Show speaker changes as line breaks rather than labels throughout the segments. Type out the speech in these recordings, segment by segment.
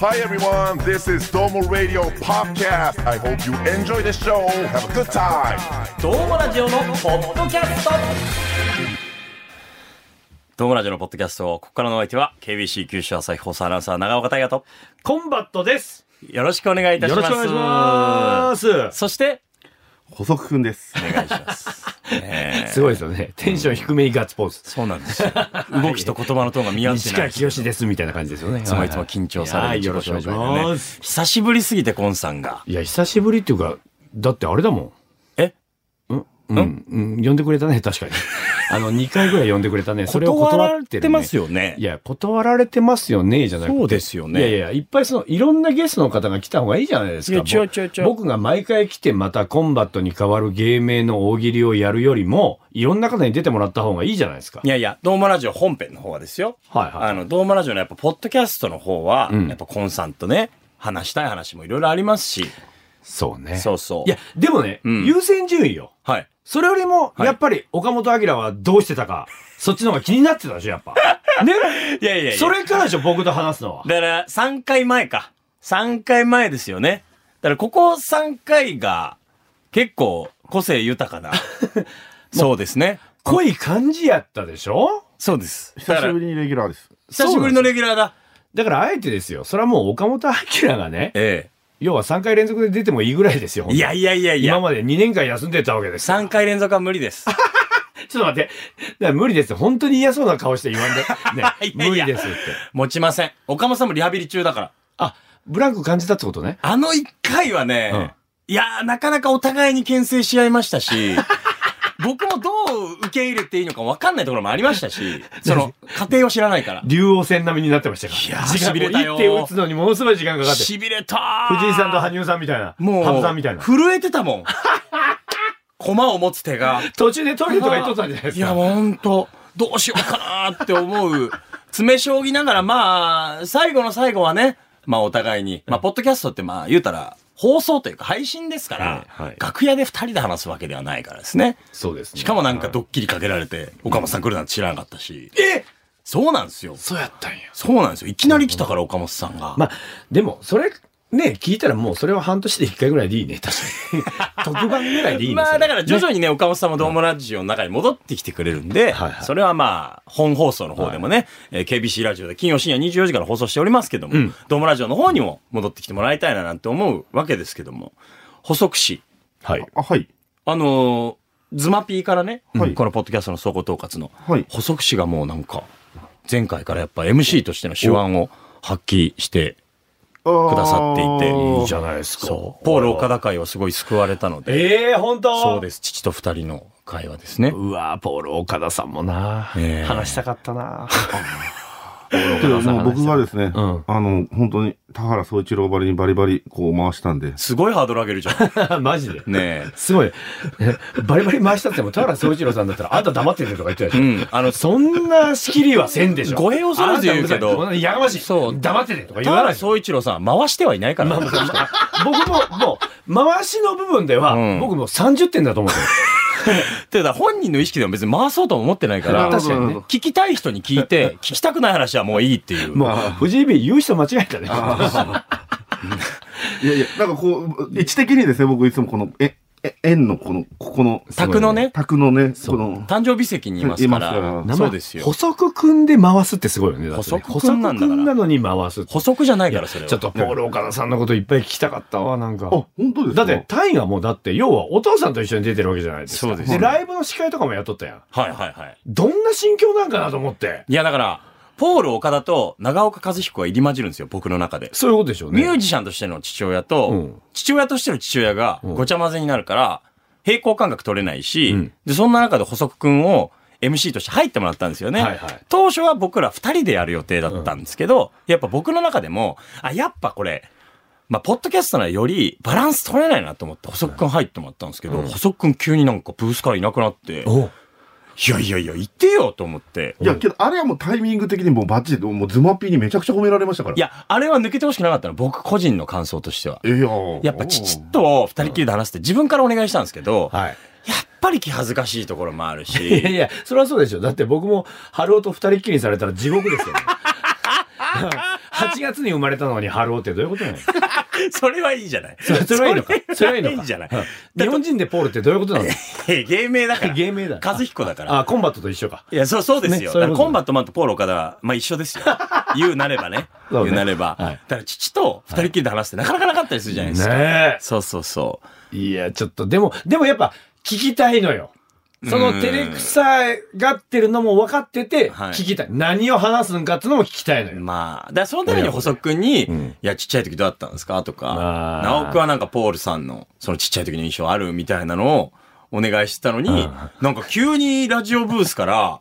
Hi everyone, this is Domo Radio Podcast. I hope you enjoy the show. Have a good time.
どうもラジオのポッドキャストどうもラジオのポッドキャスト、ここからのお相手は KBC 九州朝日放送アナウンサー長岡大和と
コンバットです。
よろしくお願いいたし
よろ
ます。
しくお願いします。
そして、
補足くんです。
お願いします。ねえ
すごいですよね。テンション低めにガッツポーズ。
そうなんですよ。 動きと言葉のトーンが見合って
西
ない。
川
い
きよしですみたいな感じですよね。い
つもいつも緊張される
いや
自己
ーよろ
紹
しくお
介
願い
で
し
ね
ます。
久しぶりすぎて、コンさんが。
いや、久しぶりっていうか、だってあれだも
え
ん。んうん、うん、呼んでくれたね、確かに。あの、2回ぐらい呼んでくれたね。それを
断
断
ら
っ
れ
てる、ね。
てますよね
い。や、断られてますよね、じゃなくて。
そうですよね
いやいや、いっぱいその、いろんなゲストの方が来た方がいいじゃないですか。
いや違う違う違う
僕が毎回来て、またコンバットに変わる芸名の大喜利をやるよりも、いろんな方に出てもらった方がいいじゃないですか。
いやいや、ドーマラジオ本編の方はですよ。
はいはい
あの、ドーマラジオのやっぱ、ポッドキャストの方は、
うん
やっぱ、コンさんとね、話したい話もいろいろありますし、
そうね。
そうそう。
いや、、でもね、
うん
優先順位よ。
はい。
それよりも、
はい
やっぱり岡本明はどうしてたか、そっちの方が気になってたでしょ、やっぱ。 ね
いやいやいや
それからでしょ、僕と話すのは。
だから、3回前か。3回前ですよね。だから、ここ3回が、結構、個性豊かな。そうですね。
濃い感じやったでしょ
そうです。
久しぶ
り。
りにレギュラーです。
久しぶりのレギュラーだ。
だからあえてですよ、それはもう岡本明がね、
え
要は3回連続で出てもいいぐらいですよ。
え。いやいやいやい
今
や。
まで2年間休んでたわけですから。
3回連続は無理です。、
ちょっと待って。だから無理です。本当に嫌そうな顔して言わ んで。ね
いやい
無
や
理ですって。
持ちません。岡本さんもリハビリ中だから。
あ、ブランク感じたってことね。
あの一回はね、
うん
いやー、なかなかお互いに牽制し合いましたし、 僕もどう受け入れていいのか分かんないところもありましたし、そ の、家庭を知らないから。
竜王戦並みになってましたから。
いやー
時間
痺れたよ
もう一手打つのにものすごい時間かかって。
しびれたー
藤井さんと羽生さんみたいな。
もう、
羽生さんみたいな。
震えてたもん。 駒を持つ手が。
途中でトイレとか行っとったんじゃないで
い
す
や、
か。
ほんと、どうしようかなーって思う。詰将棋ながら、まあ、最後の最後はね、まあお互いに、まあ、ポッドキャストってまあ言うたら、放送というか配信ですから、
はいはい
楽屋で二人で話すわけではないからですね。
そうですね
しかもなんかドッキリかけられて、岡本さん来るなんて知らなかったし。
え
そうなんですよ。
そうやったんや。
そうなんですよ。いきなり来たから岡本さんが。
まあ、でも、それ、ね、聞いたらもうそれは半年で1回ぐらいでいいね。確 かに。特番ぐらいでいいね。
ま
そ
あ
れ
だから徐々にね、岡本さんもドームラジオの中に戻ってきてくれるんで、
はいはい
それはまあ、本放送の方でもね、えー KBC ラジオで金曜深夜24時から放送しておりますけども、
うん
ドームラジオの方にも戻ってきてもらいたいななんて思うわけですけども、補足し、
はい。
あ、はい。
あのーズマピーからね、
はい
このポッドキャストの総合統括の、
はい
補足しがもうなんか、前回からやっぱ MC としての手腕を発揮してく
く
ださっていて、
いいじゃないですか。
そう、ポール岡田会はすごい救われたので、
ええ本当
そうです、父と二人の会話ですね。
うわーポール岡田さんもな、
ええ
話したかったな
もう僕がですね、
うん
あの、本当に田原総一郎ばりにバリバリこう回したんで、
すごいハードル上げるじゃん。
マジで。
ね
すごい。バリバリ回したって言っても、田原総一郎さんだったら、あんた黙っててとか言ってたで
え。う
しょ。
ん。 あの、
そんな仕切りはせんでしょ。
語弊を恐れず言うけど
あんたうるさいやがましい。
そう
黙っててとか言
田
わな
原
い。
総一郎さんは回してはいないから。
まあまあそうですね僕も、もう、回しの部分では、
うん
僕もう30点だと思う けど。
てだ、本人の意識でも別に回そうとも思ってないから、
なるほどなるほど
聞きたい人に聞いて、聞きたくない話はもういいっていう。
もう、藤井 B 言う人間違えたね。
いやいや、なんかこう、位置的にですね、僕いつもこの、え、え、円のこの、ここの、
宅のね、
卓のね、この、
誕生日席にいますか
いま
ら
すか、ら
そうですよ
補。足くんで回すってすごいよね。だってね
補足くんなんだから
補足くんなのに回すって。
補足じゃないから、それは。
ちょっとポール岡田さんのこといっぱい聞きたかったわ、なんか。
あ、本当です
だ
か
って、、タイがもうだって、要はお父さんと一緒に出てるわけじゃないですか。
そうですよ
ライブの司会とかもやっとったやん。
はいはいはい。
どんな心境なんかなと思って。
いや、だから、ポール岡田と長岡和彦が入り混じるんですよ、僕の中で。
そういうことでしょう
ミュ
ね。
ージシャンとしての父親と、
うん
父親としての父親が
うん
ごちゃ混ぜになるから、平行感覚取れないし、
うん
で、そんな中で補足くんを MC として入ってもらったんですよね。
はいはい
当初は僕ら二人でやる予定だったんですけど、やっぱ僕の中でも、あ、やっぱこれ、まあ、ポッドキャストならよりバランス取れないなと思って、補足くん入ってもらったんですけど、補足くん急になんかブースからいなくなって、い
お
やいやいや、行ってよと思って。
いや、けど、あれはもうタイミング的にもうバッチリで、もうズマピーにめちゃくちゃ褒められましたから。
い、や、あれは抜けてほしくなかったの、僕個人の感想としては。
いや
やっぱ父、と二人きりで話して自分からお願いしたんですけど、
はい。
やっぱり気恥ずかしいところもある
いやい
し、
や、 それはそうでしょ。だって僕も、春尾と二人っきりにされたら地獄ですよ、ね。 8月に生まれたのにハローってどういうことなの
それはいいじゃない。
それそれはいいのか。それはいいのか。
いいじゃない
う ん。日本人でポールってどういうことなの
芸名だから。
芸名だ。
和彦だから。
あ、コンバットと一緒か。
いや、そう、そうです
ね
よ。
そうい
だ
う
から
ことね
コンバットマンとポール岡田は、まあ一緒ですよ。 言うなればね。
そう
言
ね
うなれば。
はい
だから父と二人きりで話してなかなかなかったりするじゃないですか。
ね
そうそうそう。
え。いや、ちょっと、でも、でもやっぱ聞きたいのよ。その照れくさがってるのも分かってて、
はい
聞きたい。何を話すんかっていうのも聞きたいのよ。
まあ、だからそのために細くんに、
うん
いや、ちっちゃい時どうだったんですかと
ま
か
あ、
直くはなんかポールさんの、そのちっちゃい時の印象あるみたいなのをお願いしてたのに、
うん
なんか急にラジオブースから、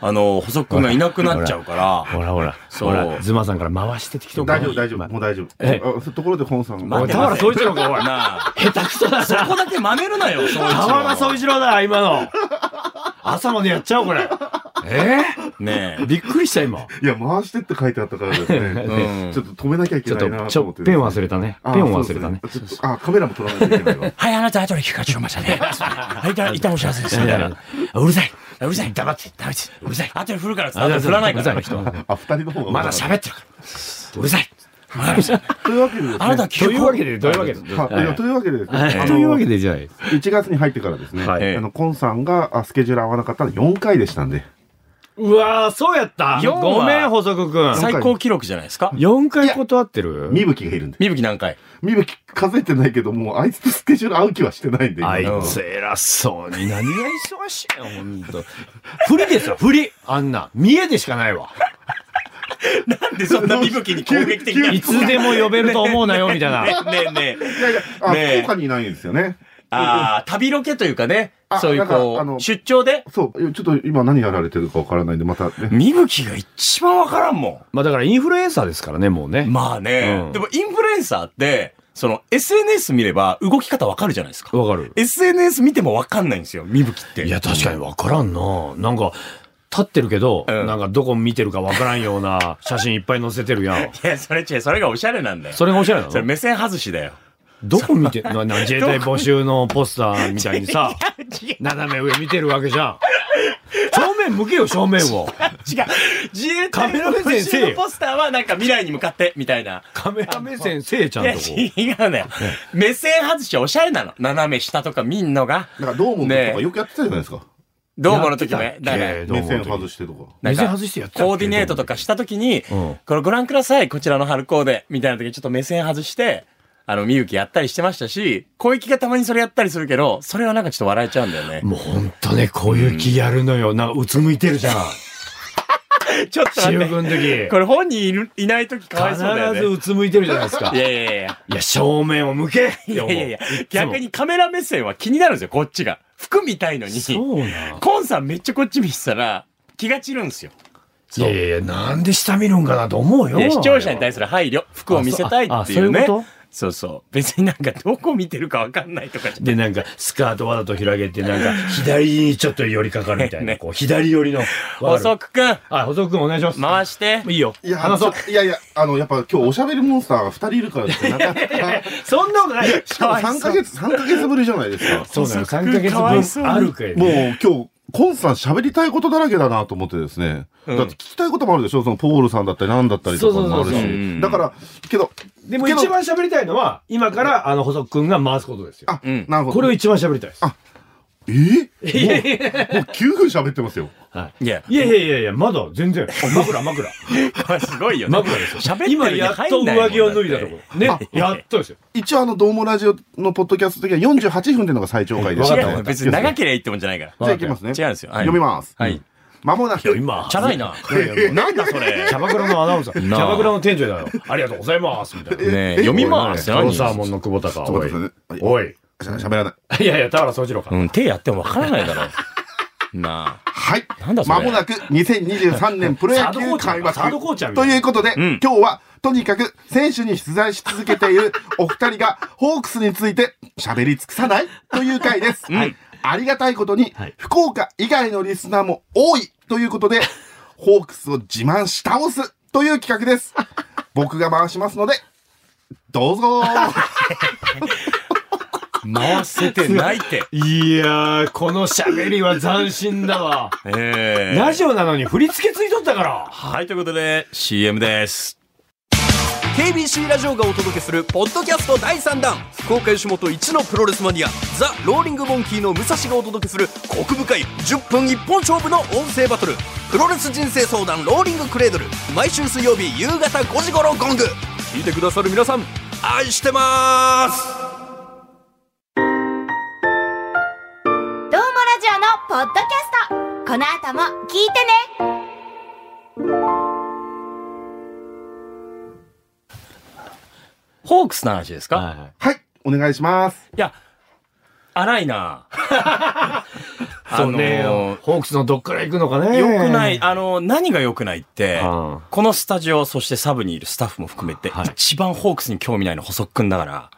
あの、細くんがいなくなっちゃうから、
ほらほら、
そう
ほら、ズマさんから回してきて
大丈夫、大
丈
丈夫。もう大丈
え
夫。あそうところで、本さん。
待
お
っ
い、
て
田原総一郎か、おい。
なあ、
下手くそだ
そ
な。
こだけ真似る なよ、そう
田原総一郎だ、今の。朝までやっちゃおう、これ。 え
ねえ
ー、。びっくりした、今。
いや、回してって書いてあったからですね。
うん
ちょっと止めなきゃいけ
ちょっ
ないな
と、ち
と
ょ
思って。
ペン忘れたね。
あ
ペンを忘れたね。。
そうですちょっとあ、カメラも撮らないといけないわ。
はい、あなた後で聞くからちょっと待ってね。はい、一旦一旦お知らせです。みたいな。うるさい。うるさい。黙って。黙って。うるさい。後で振るからっつって。後で振らないから。
人。
あ、二人の方が。
まだ喋ってるから。うるさい。わかりました
というわけでですね。
あなたは
と
急
いうわけで、どういうわけで。
はいいやというわけでですね。あの
というわけでじゃない。
1月に入ってからですね、
はい
あのコンさんがあスケジュール合わなかったの4回でしたんで、
うわー、そうやった。
四は
ごめん、補足くん。
最高記録じゃないですか。
4回断ってる
みぶきがいるんで、
みぶき何回
みぶき数えてないけど、もうあいつとスケジュール合う気はしてないんで、今
あいつ偉そうに何が忙しいのほんと。不利ですよ、不利。あんな。見えでしかないわ。
なんでそんなみぶきに攻撃的な。
いつでも呼べると思うなよ、みたいな。
ねえねえ。
いやいや、あ、
ねえ
福岡にいないんですよね。
ああ、旅ロケというかね
あ。
そういう
なんかあ
こ
の
う、出張で。
そう、ちょっと今何やられてるかわからないんで、またね。
みぶきが一番わからんも
まあだからインフルエンサーですからね、もうね。
ん。まあ
う
ね
ん。
でもインフルエンサーって、その SNS 見れば動き方わかるじゃないですか。
わかる。
SNS 見てもわかんないんですよ、みぶきって。
いや、確かにわからんな。なんか、立ってるけど、
うん
なんかどこ見てるかわからんような写真いっぱい載せてるやん。
いや、それ違う、それがおしゃれなんだよ。
それがおしゃれな
それ
の
目線外しだよ。
どこ見て、 な、な、自衛隊募集のポスターみたいにさ、
違う、
斜め上見てるわけじゃん。正面向けよ、正面を。
違う。自衛
カ
隊
メラ
の
目線せえよ
後ろのポスターはなんか未来に向かって、みたいな。
カメラ目線せいちゃ
いや、
んとこ。
違うのよ。目線外しはおしゃれなの。斜め下とか見んのが。
なんか、どうもと
ね
か
え
よくやってたじゃないですか。
どうもの時もね。だ
やっ
か
て
ら
たっけどうも
目
の時
線外してとか。
なん
目線
か
外してやってたっけ
コーディネートとかした時に、
うん
これご覧ください、こちらの春コーデ、みたいな時にちょっと目線外して、あの、みゆきやったりしてましたし、小雪がたまにそれやったりするけど、それはなんかちょっと笑えちゃうんだよね。
もうほんとね、こういう気やるのよ。なんか、うつむいてるじゃん。
ちょっと待
私
っ
服の
て。
時。
これ本人いるいない時かわいそうだよね。
必ずうつむいてるじゃないですか。
い
い
やいやいやいや。
や、正面を向けって
いや
思う
いやいや
い、つも
逆にカメラ目線は気になるんですよ、こっちが。服見たいのに。
そうなん
コンさんめっちゃこっち見てたら、気が散るんですよ。
いやいやいや、なんで下見るんかなと思うよ。
で視聴者に対する配慮、服を見せたいっていうね
あそうあそういうこ。
そうそう。別になんかどこ見てるかわかんないとかじゃ
で、なんか、スカートわざと広げて、なんか、左にちょっと寄りかかるみたいな、こう、左寄りの。わか
細
る
くくん、
あ、細くんお願いします。
回して。
いいよ。
いや、
話そう。
ちょいやいや、あの、やっぱ今日おしゃべりモンスターが2人いるからですね。なかな か
そんなことないよ。
しかも3ヶ月、三ヶ月ぶりじゃないですか。
そうなの、
細
3
くん
ヶ月
かわいそう
分あるかい。
もう今日、コンさん喋りたいことだらけだなと思ってですね。
ん
だって聞きたいこともあるでしょそのポールさんだったり何だったりとかもある
そうそ
そう
う
そううん
し。だから、けど、
でも
けど
一番喋りたいのは、今から、あの、細くんが回すことですよ。
あ、
うん
なるほど。
これを一番喋りたいです。
えー、もう、もう9分喋ってますよ。
はい
や、
い。いやいやいやいや、まだ全然。枕、枕。
これすごいよね。
枕ですよ。
喋ってる
今やっと上着を脱いだとこ。ね
あ。
やっとですよ。
一応あの、ドームラジオのポッドキャスト的には48分でのが最長回です。
わ
違
かった
う
わ
の、別に長
じ
ければいいってもんじゃないから。
ゃあいきますね。
違うんですよはい
読みます。
はい
うん。まもなく。
今。
チャラいな。
なんだ
それ
キ。ャバクラのアナウンサ ー。キ
なあ
ャバクラの店長だよ。ありがとうございます。みたいな。
ねえ読みますって
トロ
何
サーモンの久保田か。
ょっ
おい
と待ってください。
おい。
しゃ 喋らない。
いやいや、田原総一郎か。
うん、手やってもわからないだろう。なあ。
はい。
なんだそれ
まもなく2023年プロ野球開幕。
サードコーチャーみた
と
いな
いうことで、
ん
今日はとにかく選手に出題し続けているお二人がホークスについて喋り尽くさないという回です。ありがたいことに、
はい
福岡以外のリスナーも多いということで、ホークスを自慢し倒すという企画です。僕が回しますので、どうぞ
回せて ないって。
いやー、この喋りは斬新だ わ。
ええ
ラジオなのに振り付けついとったから。
はい、ということで、CM です。
KBC ラジオがお届けするポッドキャスト第3弾福岡吉本一のプロレスマニアザ・ローリング・モンキーの武蔵がお届けするコク深い10分一本勝負の音声バトルプロレス人生相談ローリングクレードル毎週水曜日夕方5時頃ゴング聞いてくださる皆さん愛してます
どうもラジオのポッドキャストこの後も聞いてね
ホークスの話ですか、い、
は
はい、お願いします。
や、荒いな
い。 そうね、ホークスのどっから行くのかね。
良くない、あの、何が良くないって
うん、
このスタジオ、そしてサブにいるスタッフも含めて
はい、
一番ホークスに興味ないの細くんだから、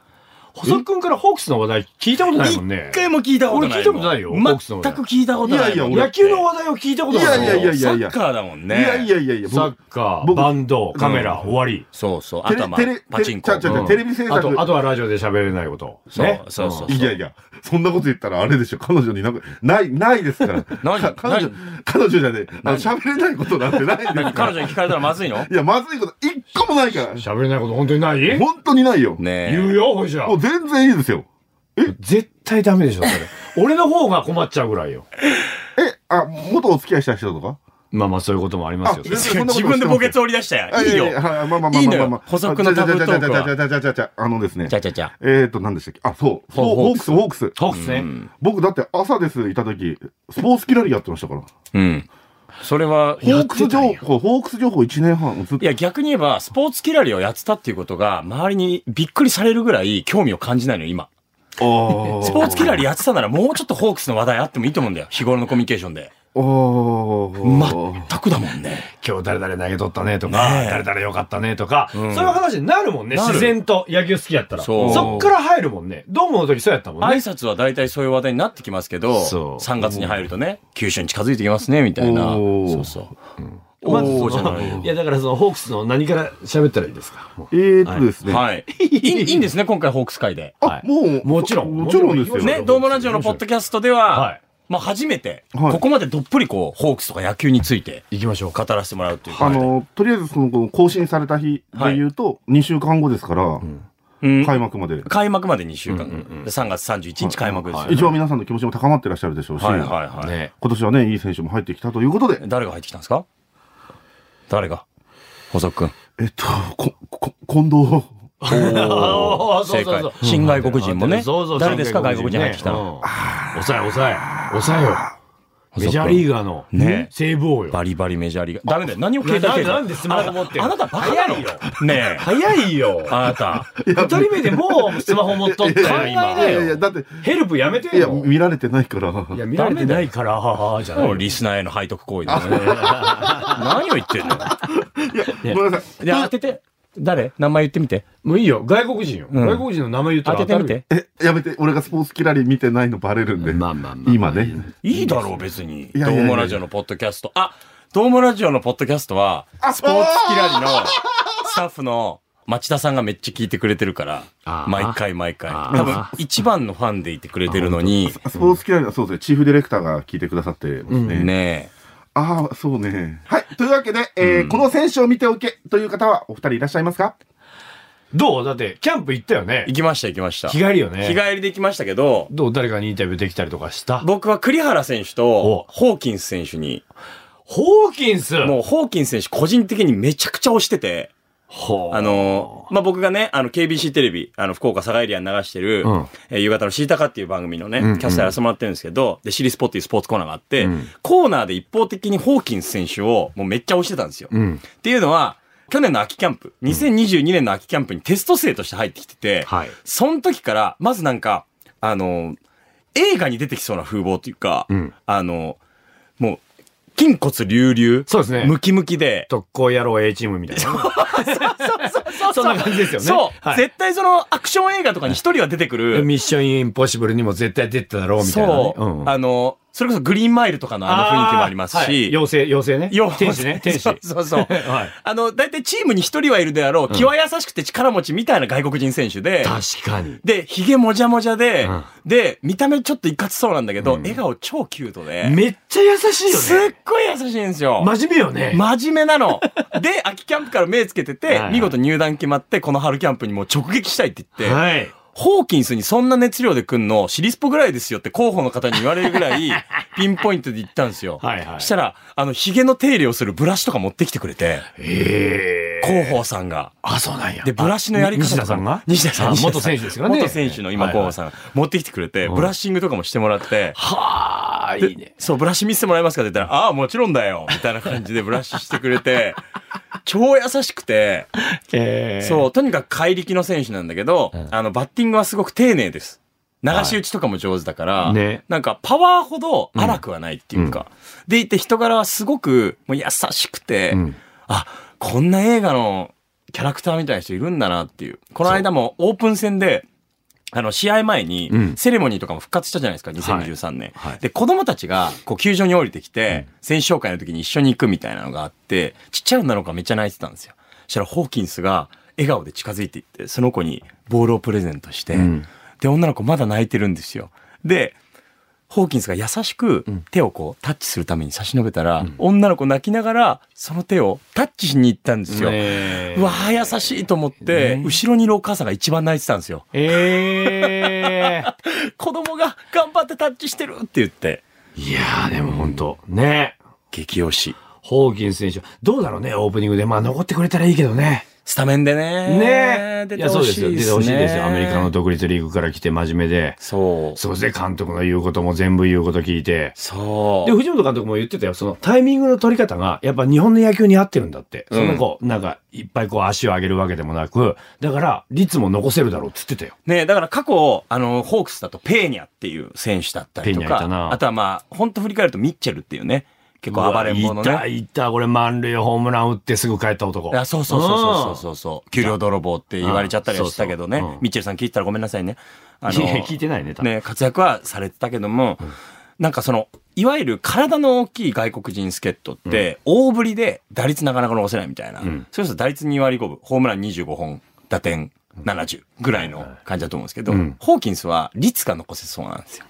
細木くんからホークスの話題聞いたことないもんね
一。回も聞いたことないもん。
俺聞いたことないよホークスの俺
全く聞いたことない。
いやいや俺
野球の話題を聞いたことないい。
やいやいやい
サ
やい
ッ
や。
カーだもん
い
ね。
やいやいやいや、
サッ
僕、
カー、
僕
バンド、カメラ、
うん
終わり。
そうそう。あ
テレ
とはまあ
テレテレ
パチンコ。
ちゃうちゃうちゃう
うん
テレビ制作
あと、あとはラジオで喋れないこと。
そう
ね
そうそう
うん
いやいや、そんなこと言ったらあれでしょ、彼女になんか、ない、ないですから。
何
か彼女、彼女じゃねえあの、喋れないことなんてないんですから。
彼女に聞かれたらまずいの
いや、まずいこと、一個もないから。
喋れないこと本当にない言
本当にないよ。
ね
う
え。
よ、ほいじゃ
も。う全然いいですよ。
絶対ダメでしょ、それ。俺の方が困っちゃうぐらいよ。
え、あ、元お付き合いした人とか
まあまあ、そういうこともありますよ
あ。
それ
そんなこと
自分で補欠を折り出したや。
あ
いいよ。
ややはいまあまあまあまあまあ
いいのよ。補足のタブトークは。
じゃじゃじゃじゃじゃじゃじゃあのですね
ち。ゃちゃちゃ。
えっと、何でしたっけあ、そう。
そう
ホークス、ホークス。
ホークスね。
僕、だって朝です、いた時、スポーツキラリやってましたから。
うん。それは、
ホークス情報、ホークス情報1年半ずっ
い
と。
や、逆に言えば、スポーツキラリをやってたっていうことが、周りにびっくりされるぐらい興味を感じないの、今。ス
ス
ポーツキラリやってたなら、もうちょっとホークスの話題あってもいいと思うんだよ。日頃のコミュニケーションで。
おー。
全くだもんね。
今日誰々投げとったねとか、
ねえ
誰々良かったねとか、
ん
そういう話になるもんね、
なる
自然と野球好きやったら。
そう
っから入るもんね。ドームの時そうやったもん
挨
ね。
拶は大体そういう話題になってきますけど、
そう
3月に入るとね、九州に近づいてきますね、みたいな。
おー
そうそう。お
まずそ
ーじゃない
の、いやだからそのホークスの何から喋ったらいいですかも
えーっとですね。
はい。いいいいんですね、今回ホークス会で。
あ
はい
もう。
もちろん
もちろんですよ。
もちろん
ね、ドームラジオのポッドキャストでは、
はい
まあ初めて、
はい
ここまでどっぷりこう、ホークスとか野球について
う行きましょう
語らせてもらうという
あ
か。
の、とりあえずその、更新された日で言うと、2週間後ですから、
うん
開幕まで。
開幕まで2週間、で3月31日開幕ですよ、
一応皆さんの気持ちも高まってらっしゃるでしょうし、
はいはい
今
はい、
ね。
年はね、いい選手も入ってきたということで、
誰が入ってきたんですか誰が細くん
えっと、こ、こ、近藤。
ああ、
正解新外国人もね
そうそう
誰ですか
新人ね
外国人入ってきたの
うん抑え抑え。抑えよ。メジャーリーガーの
ね
セーブ王よ。
バリバリメジャーリーガーダメだよ何を携帯
な
携帯
なんでスマホ持ってる
あなたあなたバカだろ
早いよ
ね
早いよ
えあなた
二人目でもうスマホ持っとったよ、今。
いやいやいや、だって、
ヘルプやめて
いや、
よ。
見られてないから。
いや、見られてないから、はははじゃない
もう。リスナーへの背徳行為 だね何を言ってんの
ごめんなさい。
で当てて誰名前言ってみて
もういいよ、外国人よ。
ん
外国人の名前言った
当
ら
ててみて
え、やめて、俺がスポーツキラリ見てないのバレるんで。
まあまあまあ
今ね。
いいだろう別に
い
ド
やいやいや
ー
いや
モラジオのポッドキャストあドーモラジオのポッドキャストはスポーツキラリのスタッフの町田さんがめっちゃ聞いてくれてるから
あー
毎回毎回
あー
多分一番のファンでいてくれてるのに
スポーツキラリはそうですね、チーフディレクターが聞いてくださってますね。
ね
ああ、そうね。はい。というわけで、えーこの選手を見ておけという方はお二人いらっしゃいますか
どうだって、キャンプ行ったよね
え行。きました行きました
日帰りよね。
日帰りで行きましたけど
どう誰かにインタビューできたりとかした
僕は栗原選手
お
とホーキンス選手に
ホーキンス
もうホーキンス選手個人的にめちゃくちゃ推してて
ほう
あの、まあ、僕がね、あの、KBC テレビ、あの、福岡佐賀エリアに流してる、
うん
えー夕方のシータカっていう番組のね、キャスターやらせてもらってるんですけど、で、シリスポっていうスポーツコーナーがあって、コーナーで一方的にホーキンス選手をもうめっちゃ推してたんですよ。
うん。
っていうのは、去年の秋キャンプ、2022年の秋キャンプにテスト生として入ってきてて、
はい
その時から、まずなんか、あの、映画に出てきそうな風貌というか、
うん
あの、もう、筋骨隆々、
そうですね
ムキムキで、
特攻野郎 A チームみたいな。そんな感じですよね。
そう、
はい
絶対そのアクション映画とかに一人は出てくる。
ミッションインポッシブルにも絶対出てただろうみたいなね。
そう、
うん
あの、それこそグリーンマイルとかのあの雰囲気もあります
は
し
い、妖精、妖精ね。
よ
天 使ね、天使。
そうそうそう
はい
あの、大体チームに一人はいるであろう、気は優しくて力持ちみたいな外国人選手で、
確かに。
で、髭もじゃもじゃで、
うん
で、見た目ちょっといかつそうなんだけど、笑顔超キュートで、
めっちゃ優しい
す
よね。
っごい優しいんですよ。
真面目よね。
真面目なの。で、秋キャンプから目つけて
はい
て
は、い
見事入団決まって、この春キャンプにもう直撃したいって言って、
はい。
ホーキンスにそんな熱量で来んの、シリスポぐらいですよって候補の方に言われるぐら い、ピンポイントで言ったんですよ。
はいはい
したら、あの、髭の手入れをするブラシとか持ってきてくれて、
ええ。
広報さんが。
あ、そうなんや。
で、ブラシのやり方とか
西田さんが
西田さん。
あ
西田さん
元選手ですからね
元選手の今、
はい
広報さんが持ってきてくれて、ブラッシングとかもしてもらって、
はあ、いいね。
そう、ブラシ見せてもらえますかって言ったら、ああ、もちろんだよみたいな感じでブラシしてくれて、超優しくて、
ええ。う。
そう、とにかく怪力の選手なんだけど、あの、バッティングはすごく丁寧です。流し打ちとかも上手だから、
いね
なんかパワーほど荒くはないっていうか、でいて人柄はすごくもう優しくて、
ん
あ、こんな映画のキャラクターみたいな人いるんだなっていう。この間もオープン戦で、あの、試合前に
うん、
セレモニーとかも復活したじゃないですか、2023年。
はい
で、子供たちが、こう、球場に降りてきて、選手紹介の時に一緒に行くみたいなのがあって、ちっちゃい女の子がめっちゃ泣いてたんですよ。そしたら、ホーキンスが、笑顔で近づいていって、その子にボールをプレゼントして、
ん
で、女の子まだ泣いてるんですよ。で、ホーキンスが優しく手をこうタッチするために差し伸べたら、女の子泣きながらその手をタッチしに行ったんですよ。
ええ。
うわあ優しいと思って、
ね
後ろにいるお母さんが一番泣いてたんですよ。
ええ。
子供が頑張ってタッチしてるって言って。
いやー、でも本当ね。
激推し。
ホーキンス選手。どうだろうね、オープニングで。まあ、残ってくれたらいいけどね。
スタメンでね。
ね
出
い
て
や、
ほ
そうで
し
す
いで
よ。
すね。
出てほしいですよ。アメリカの。独立リーグから来て真面目で。
そう。
そうですね、監督の言うことも全部言うこと聞いて。
そ
で、
う。
藤本監督も言ってたよ。そのタイミングの取り方が、やっぱ日本の野球に合ってるんだって。そんなこう、なんか、いっぱいこう足を上げるわけでもなく、だから、率も残せるだろうって言ってたよ。
ねだから過去、あの、ホークスだとペーニャっていう選手だったりと
ペーニャい
か
た、な
あとはまあ、本当振り返るとミッチェルっていうね、結構暴れん者
うわい
ね
た、。いた、俺満塁ホームラン打ってすぐ帰った男。
あそうそうそうそうそう
う
そうそう。給料泥棒って言われちゃったりはしてたけどね。
うんそうそううん
ミッチェルさん聞いてたらごめんなさいね。あ
ん。いや聞いてないね、多分。
ね、活躍はされてたけども、なんかその、いわゆる体の大きい外国人助っ人って、大振りで打率なかなか伸ばせないみたいな。
ん
それこそ打率2割5分、ホームラン25本、打点70ぐらいの感じだと思うんですけど、
うん
ホーキンスは率が残せそうなんですよ。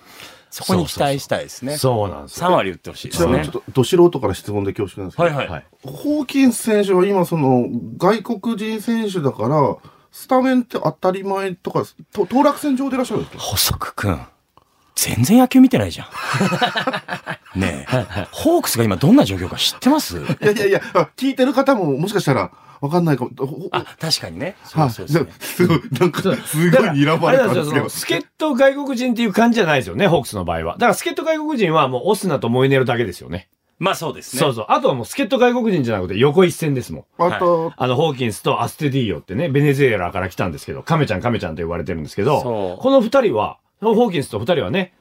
そこに期待したいですね。
そうなんですよ。
3割打ってほしいで
ち
す
なみ
ね
にちょっ。と、ど素人から質問で恐縮なんですけど、
はいはい。
ホーキンス選手は今その、外国人選手だから、スタメンって当たり前とか、と当落線上でいらっしゃるんですか
細くくん、全然野球見てないじゃん。 ねえ、ホークスが今どんな状況か知ってます
いやいやいや、あ聞いてる方ももしかしたら、わかんないかも。ほほ
あ、確かにね。そ
は
う
い
そうそう。
すごい、なんか、すごい睨ま
あ
れ
れ
た
なんん
で
ですよ、
す
そ
け
の、
ど。
助っ人外国人っていう感じじゃないですよね、ホークスの場合は。だから、助っ人外国人はもう、オスナとモイネロだけですよね。
まあそうですね。
そうそう。あとはもう、助っ人外国人じゃなくて、横一線ですもん。
あと、
あの、ホーキンスとアステディーヨってね、ベネズエラから来たんですけど、カメちゃんカメちゃんと呼ばれてるんですけ
そ
ど、
う
この二人は、ホーキンスと二人はね、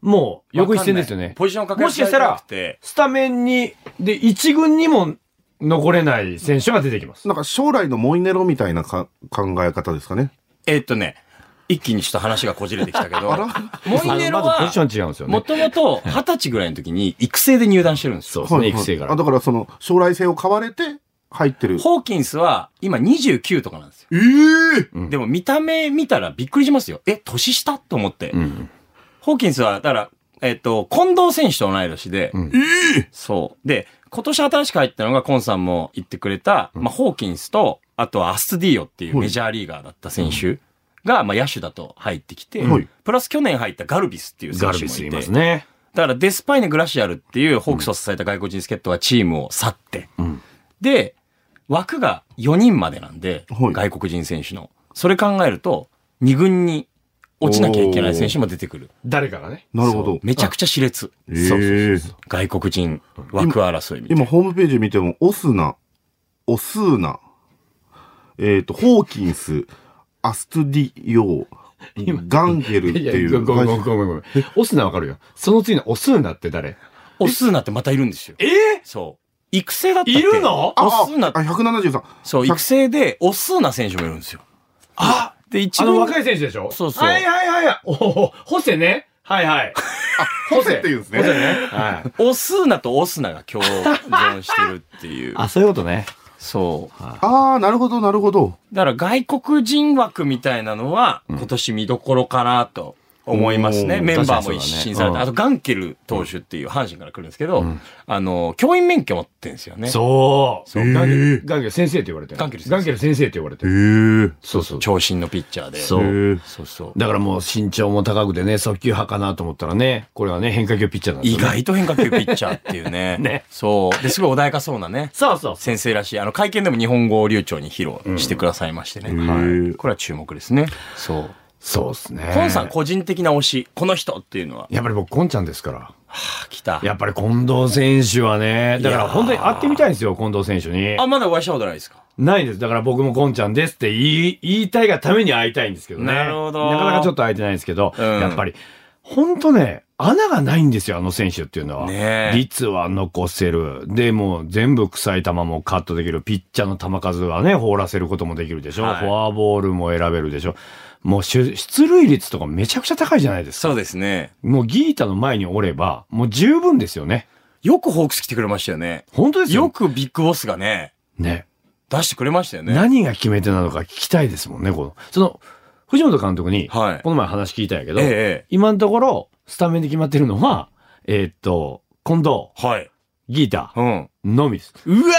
もう、横一線です
わか
よ
んな
ね
い。ポジション確
も
認
しかしたら
されてなくて、
スタメンに、で、一軍にも残れない選手が出てきます。
なんか将来のモイネロみたいなか考え方ですかね。
えっとね、一気にちょっと話がこじれてきたけど、
あら
モイネロ
あのま
は
ずポジ、ション違うんですよ
も
ね。
ともと二十歳ぐらいの時に育成で入団してるんです
そ
よ。
うです
は
ね、
いは
育
い
成か
あ
ら。
だからその、将来性を買われて入ってる。
ホーキンスは今29とかなんですよ。
ええ
うん
でも見た目見たらびっくりしますよ。え、年下と思って。
うん。
ホーキンスは、だから、えっ、と、近藤選手と同い年で、
うん
そう。で、今年新しく入ったのが、コンさんも言ってくれた、まあ、ホーキンスと、あとはアスディーヨっていうメジャーリーガーだった選手が、まあ、野手だと入ってきて、
はい
プラス去年入ったガルビスっていう選
ガ
手も
ルビ
い
ス
て、
いますね。
だからデスパイネ・グラシアルっていうホークスを支えた外国人助っ人はチームを去って、
ん
で、枠が4人までなんで、
はい
外国人選手の。それ考えると、2軍に落ちなきゃいけない選手も出てくる。
誰かがね。
なるほど。
めちゃくちゃ熾烈。
ええ
外国人枠争いみたいな。
今ホームページ見ても、オスナ、オスーナ、えっ、と、ホーキンス、アストゥディヨー、ガンゲルって
いや、
い
ごめ
う。
んごめんごめんごめんごめん。オスナわかるよ。その次のオスーナって誰
オスーナってまたいるんですよ。
え
そう。育成だったっけ
いるの
あ
オスーナ
あ、あ、173。
そう、育成でオスーナ選手もいるんですよ。
あ
で、一
あの若
い。
い選手でしょ
そうそう
はいはいはいはい。おお、ホセね。はいはい。
ホセって言うんですね。
はい。
オスナとオスナが共存してるっていう。
あ、そういうことね。
そう。
ああ、なるほど、なるほど。
だから外国人枠みたいなのは、今年見どころかなと思いますね。
うん
メンバーも
確かにそうだね
一新されて、
うん
あとガンケル投手っていう阪神から来るんですけど、
うん
あの、教員免許持ってるんですよね。
そう。
そう
ガンケ
へ
ル
え
ガンケル先生って言われてる。
ガンケル先生
ガンケル先生って言われて
へ
る。
え。
そうそう。
長身のピッチャーで。
そう
へえ
そうそう。
だからもう身長も高くてね、速球派かなと思ったらね、これはね、変化球ピッチャーなんです
意
よ、ね。
外と変化球ピッチャーっていうね。
ね
そう。で、すごい穏やかそうなね。
そうそう。
先生らしい。あの、会見でも日本語を流暢に披露してくださいましてね。
んへ
はい。これは注目ですね。そう。
そうですね。
コンさん個人的な推し、この人っていうのは、
やっぱり僕、コンちゃんですから。
あ来た。
やっぱり近藤選手はね、だから本当に会ってみたいんですよ、近藤選手に。
あ、まだお会いしたことないですか
ないです。だから僕もコンちゃんですって言い、言いたいがために会いたいんですけどね。
なるほど
なかなかちょっと会えてないんですけど、
うん
やっぱり、本当ね、穴がないんですよ、あの選手っていうのは。
ねえ
率は残せる。で、もう全部臭い球もカットできる。ピッチャーの球数はね、放らせることもできるでしょ。
はい
フォアボールも選べるでしょ。もう出出塁率とかめちゃくちゃ高いじゃないですか。
そうですね。
もうギータの前におれば、もう十分ですよね。
よくホークス来てくれましたよね。
本当ですよ。
よくビッグボスがね、
ね。
出してくれましたよね。
何が決め手なのか聞きたいですもんね、この。その、藤本監督に、
はい
この前話聞いたんやけど、
えええ
今のところ、スタメンで決まってるのは、えーっと、近藤、
え。はい。
ギータ
うん。
のみです。
うわ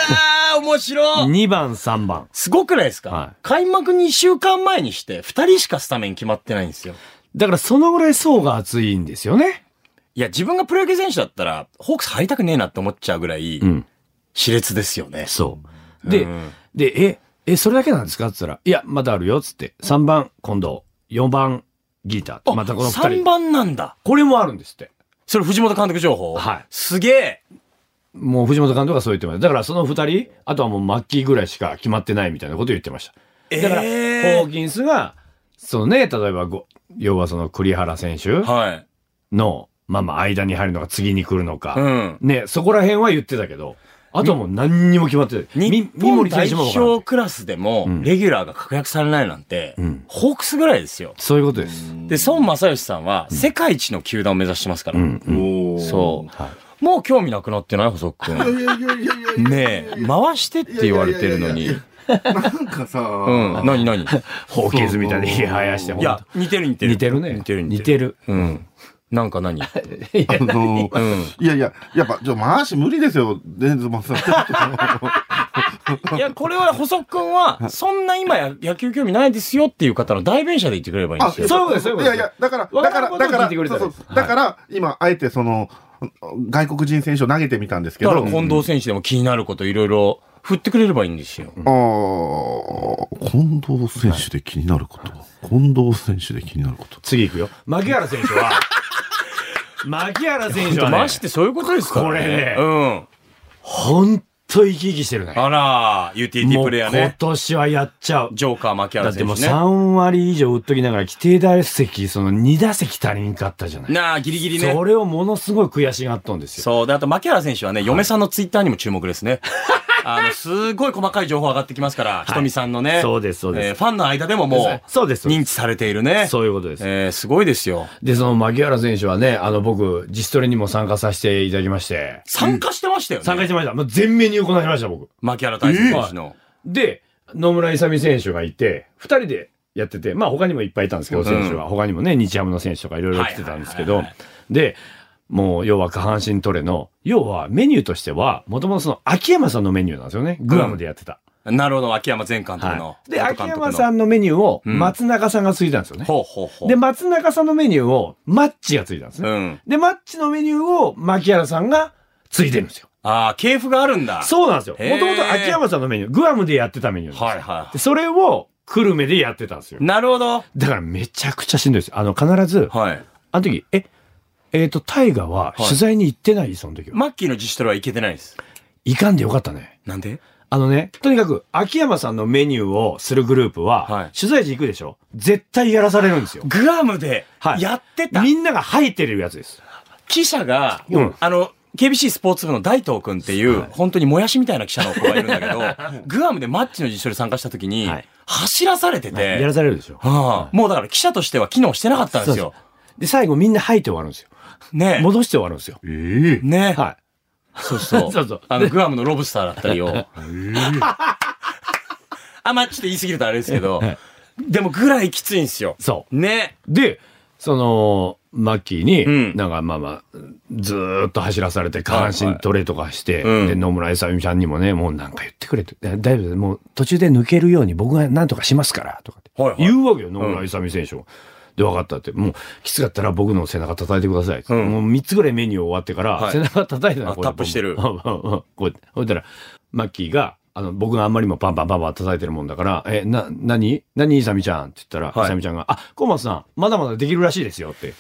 ー、面白い
2番、3番。
すごくないですか、
はい
開幕2週間前にして、2人しかスタメン決まってないんですよ。
だからそのぐらい層が厚いんですよね。
いや、自分がプロ野球選手だったら、ホークス入りたくねえなって思っちゃうぐらい、
うん。
熾烈ですよね。
そう。で、
うん
で、え、え、それだけなんですかって言ったら、いや、まだあるよ、つって。3番、近藤。4番、ギータ。
あ、
またこの2
3
人。
番なんだ。
これもあるんですって。
それ藤本監督情報
はい
すげえ
もう藤本監督がそう言ってました。だからその二人、あとはもうマッキーぐらいしか決まってないみたいなことを言ってました。だから、ホ
えー
ーキンスが、そのね、例えばご、要はその栗原選手
はい。
の、まあまあ間に入るのが次に来るのか、
うん。
ね、そこら辺は言ってたけど、あとはもう何にも決まってない。
日
み三
本
森選
代
手もわからない
表クラスでも
う、ん
レギュラーが確約されないなんて、
うん
ホークスぐらいですよ。
そういうことです。
で、孫正義さんは、世界一の球団を目指してますから。
うん、うん。
おー
そう、
は
もう興味なくなってない細く
いや
ん。
いやいやいやいや
ねえ、回してって言われてるの
い
に
やい。やいやいやなんかさ、
うん、何何
ホーキンスみたいに生やして、
いや、似てる似てる。
似てるね。
似てる似
似
てる。
て
う
る。
ん。なんか 何
あのー
うん。
いやいや、やっぱ、ちょ、回し無理ですよ、レンズマンさん。
いや、これは細くんは、そんな今や野球興味ないですよっていう方の代弁者で言ってくれればいいんですよ。
そういうことですそういうことです
やいや、だから、
わ
だ
か
か
る
ら、
ことを
だから、
聞いてくれたら
そうそうだから、今、あえてその、外国人選手を投げてみたんですけ
だか
ど、
ら近藤選手でも気になることいろいろ振ってくれればいいんですよ。
あー近藤選手で気になること、近藤選手で気になること。
次行くよ。牧原選手は、 牧原選手は、ね、
回しってそういうことですからね。
こほんと生き生きしてるね
うん。。あら、UTT プレイヤー
もう今
ね。
年はやっちゃう。
ジョーカー、牧
だ
原
って
選
もう
手ね。
3割以上打っときながら、規定打席、その2打席足りんかったじゃない。
なあ、ギリギリね
そ。れをものすごい悔しがったんですよ。
そう。で、あと、牧原選手はね、嫁さんのツイッターにも注目です ね。あの、すごい細かい情報上がってきますから、ひとみさんのね。
そうですそうです
えーファンの間でももう、
そうですそうです
認知されているね。
そういうことです。
えーすごいですよ。
で、その牧原選手はね、あの僕、自主トレにも参加させていただきまして、
参加してましたよね。
参加してました。もう全面に行いました、僕。
牧原大成選手の。
で、野村勇選手がいて、二人でやってて、まあ他にもいっぱいいたんですけど、
ん
選手は。他にもね、日ハムの選手とかいろいろ来てたんですけど、で、もう要は下半身トレの、要はメニューとしては、もともとその秋山さんのメニューなんですよね。グアムでやってた。
なるほど、秋山前監督の
は。い。で、秋山さ
ん。
んのメニューを
うん
松中さんがついたんですよね。
ほうほうほう。
で、松中さんのメニューをマッチがついたんですね。
うん。
で、マッチのメニューを牧原さんがついてるんですよ。
ああ、系譜があるんだ。
そうなんですよ。
へー
もともと秋山さんのメニュー、グアムでやってたメニューなんですよ
はいは
でそれを久留米でやってたんですよ
い。。なるほど。
だからめちゃくちゃしんどいです。あの、必ず、
はい。
あの時、え、えっ、と、タイガは取材に行ってない、その時は。
マッキーの自主トレはいけてないです。
行かんでよかったね。
なんで
あのね、とにかく、秋山さんのメニューをするグループは、
はい
取材時行くでしょ絶対やらされるんですよ。
グアムで
はい
やってた、
みんなが吐いてるやつです。
記者が、
うん
あの、KBC スポーツ部の大東くんっていう、本当にもやしみたいな記者の子がいるんだけど、 グアムでマッチの自主トレ参加した時に
はい、
走らされてて、
やらされるでしょ
はあもうだから記者としては機能してなかったんですよ。
で、最後みんな吐いて終わるんですよ。
ねえ。
戻して終わるんですよ。
ええ。
ねえ。
はい。
そうそう。
そうそう
あの、グアムのロブスターだったり を。あ、まあ、ちょっと言い過ぎるとあれですけど
はい。
でもぐらいきついんですよ。
そう。
ね。
で、その、マッキーに、
うん
なんかまあまあ、ずーっと走らされて、下半身トレとかして、
はいうん
で、野村勇美ちゃんにもね、もうなんか言ってくれと。だだいぶ、もう途中で抜けるように僕が何とかしますから、とかって。
はいはい
言うわけよ、野村勇美選手も。で、分かったって。もう、きつかったら僕の背中叩いてください。
うん
もう3つぐらいメニュー終わってから、
はい
背中叩いた
あ
ら
タップしてる
うんうんうんこうやって。ほいたら、マッキーが、あの、僕があんまりもパンパンパンパン叩いてるもんだから、え、な、なになにいさみちゃんって言ったら、
はい
いさみちゃんが、あ、コマさん、まだまだできるらしいですよって。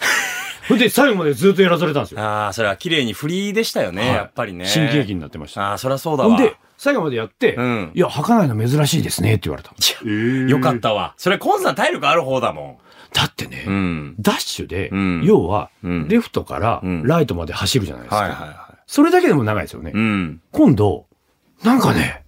ほんで、最後までずっとやらされたんですよ。
ああ、それは綺麗にフリーでしたよね、
はい
やっぱりね。
新喜劇になってました。
ああ、そりゃそうだわ。
ほんで、最後までやって、
うん
いや、吐かないの珍しいですねって言われた。
よかったわ。それ、コンさん体力ある方だも
だってね、
ん。うん。
ダッシュで、
うん
要は、
うん
レフトから
うん
ライトまで走るじゃないですか。
はいはいは
それだけでも長いですよね。
い。うん。
今度、なんかね、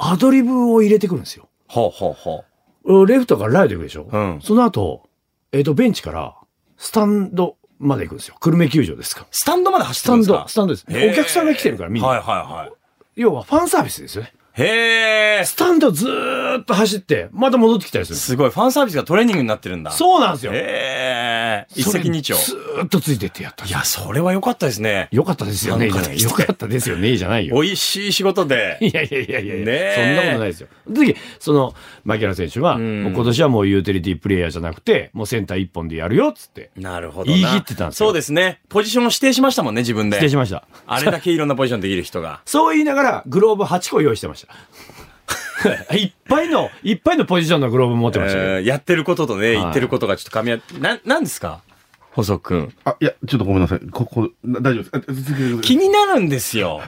アドリブを入れてくるんですよ。
ほうほうほ
レフトからライト行くでしょ、
うん
その後、えっ、と、ベンチから、スタンドまで行くんですよ。久留米球場ですか
う。。スタンドまで走っ
ス
てる
タ
ん
ン
ですか
ド、スタンドです。
へー
お客さんが来てるから、みんな。
はいは
要はファンサービスですよね。
いはい。へえ。
スタンドずーっと走って、また戻ってきたりする。
すごい。ファンサービスがトレーニングになってるんだ。う
そうなんですよ。
へえ。一
それ
石二鳥。
ずーっとついてってやったんで
い
すよ。
や、それは良かったですね。
よかったですよね、
なんか
じゃ
ね
ない。よかったですよね、じゃないよ。
美味しい仕事で。
いやいやいやいやい
ね
や、
え
そんなことないですよ。次、その、牧原選手は、
うん
もう今年はもうユーティリティプレイヤーじゃなくて、もうセンター一本でやるよ、っつって。
なるほどな。
言い切ってたんですよ
そうですね。ポジションを指定しましたもんね、自分で。
失礼しました。
あれだけいろんなポジションできる人 が。
そう言いながら、グローブ8個用意してました。 いっぱいの、いっぱいのポジションのグローブ持ってましたけど。
えーやってることとね、
い
言ってることがちょっと噛み合って、な、なんですか細くん。
あ、いや、ちょっとごめんなさい。ここ、な大丈夫ですあ続けてください。
気になるんですよ。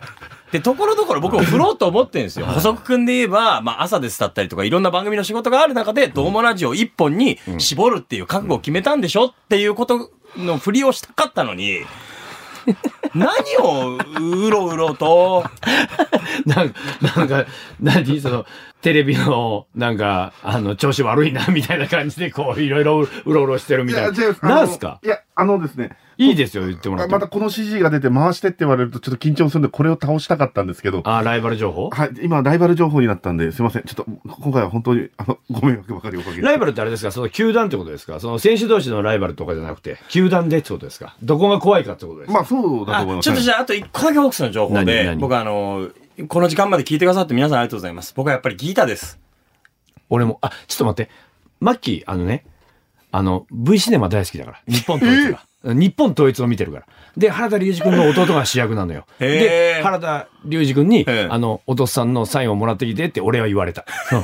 で、ところどころ僕も振ろうと思ってるんですよ。細くんで言えば、まあ朝ですだったりとかいろんな番組の仕事がある中で、どうもラジオ一本に絞るっていう覚悟を決めたんでしょっていうことの振りをしたかったのに、何をうろうろ と、
なんか、なんか、何その、テレビの、なんか、あの、調子悪いな、みたいな感じで、こう、いろいろうろうろしてるみ
い
た
や、
い
違います
な。なんすか
あのいや、あのですね。
いいですよ、言ってもら
あ
って
ま
も
た。この指示が出て回してって言われるとちょっと緊張するんで、これを倒したかったんですけど。
あ、ライバル情報
はい、今、ライバル情報になったんで、すいません。ちょっと、今回は本当に、あの、ご迷惑ばかりおかけ
ライバルってあれですかその球団ってことですかその選手同士のライバルとかじゃなくて、球団でってことですかどこが怖いかってことですか、
まあ、そうだと思い
あ
ます。
ちょっとじゃあ、あと一個だけホークスの情報
何
で、
何
僕あの、この時間まで聞いてくださって皆さんありがとうございます。僕はやっぱりギータです。
俺も、あ、ちょっと待って。マッキー、あのね、あの、V シネマ大好きだから。日本統一が。日本統一を見てるから。で、原田龍二君の弟が主役なのよ。
へー
で、原田龍二君に、
ええ
あの、お父さんのサインをもらってきてって俺は言 われた。うん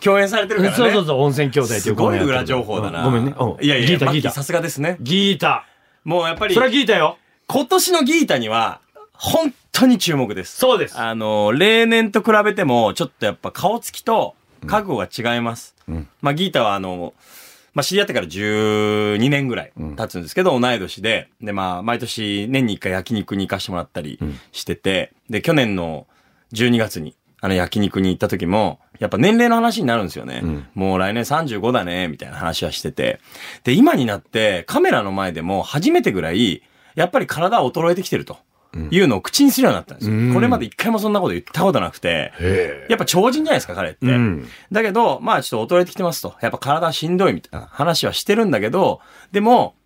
共演されてるからね。
そうそうそう、温泉兄弟ってい
す
うコー
ごい
ナーやってる
裏情報だな。
うんごめんね。うん
いやいや、
ギータ、
マッ
ギ
キ
ー
さ
タ。
すがですね。
ギータ。
もうやっぱり
そ、れはギータよ。
今年のギータには、本当に注目です。
そうです。
あの、例年と比べても、ちょっとやっぱ顔つきと覚悟が違います。まあ、ギータはあの、まあ、知り合ってから12年ぐらい経つんですけど、同い年で、で、まあ、毎年年に1回焼肉に行かしてもらったりしてて、で、去年の12月に、あの焼肉に行った時も、やっぱ年齢の話になるんですよね。もう来年35だね、みたいな話はしてて。で、今になってカメラの前でも初めてぐらい、やっぱり体は衰えてきてると。いうのを口にするようになったんですよ。
うん
これまで一回もそんなこと言ったことなくて。
へえ。
やっぱ超人じゃないですか、彼って。
うん。
だけど、まあちょっと衰えてきてますと。やっぱ体しんどいみたいな話はしてるんだけど、でも、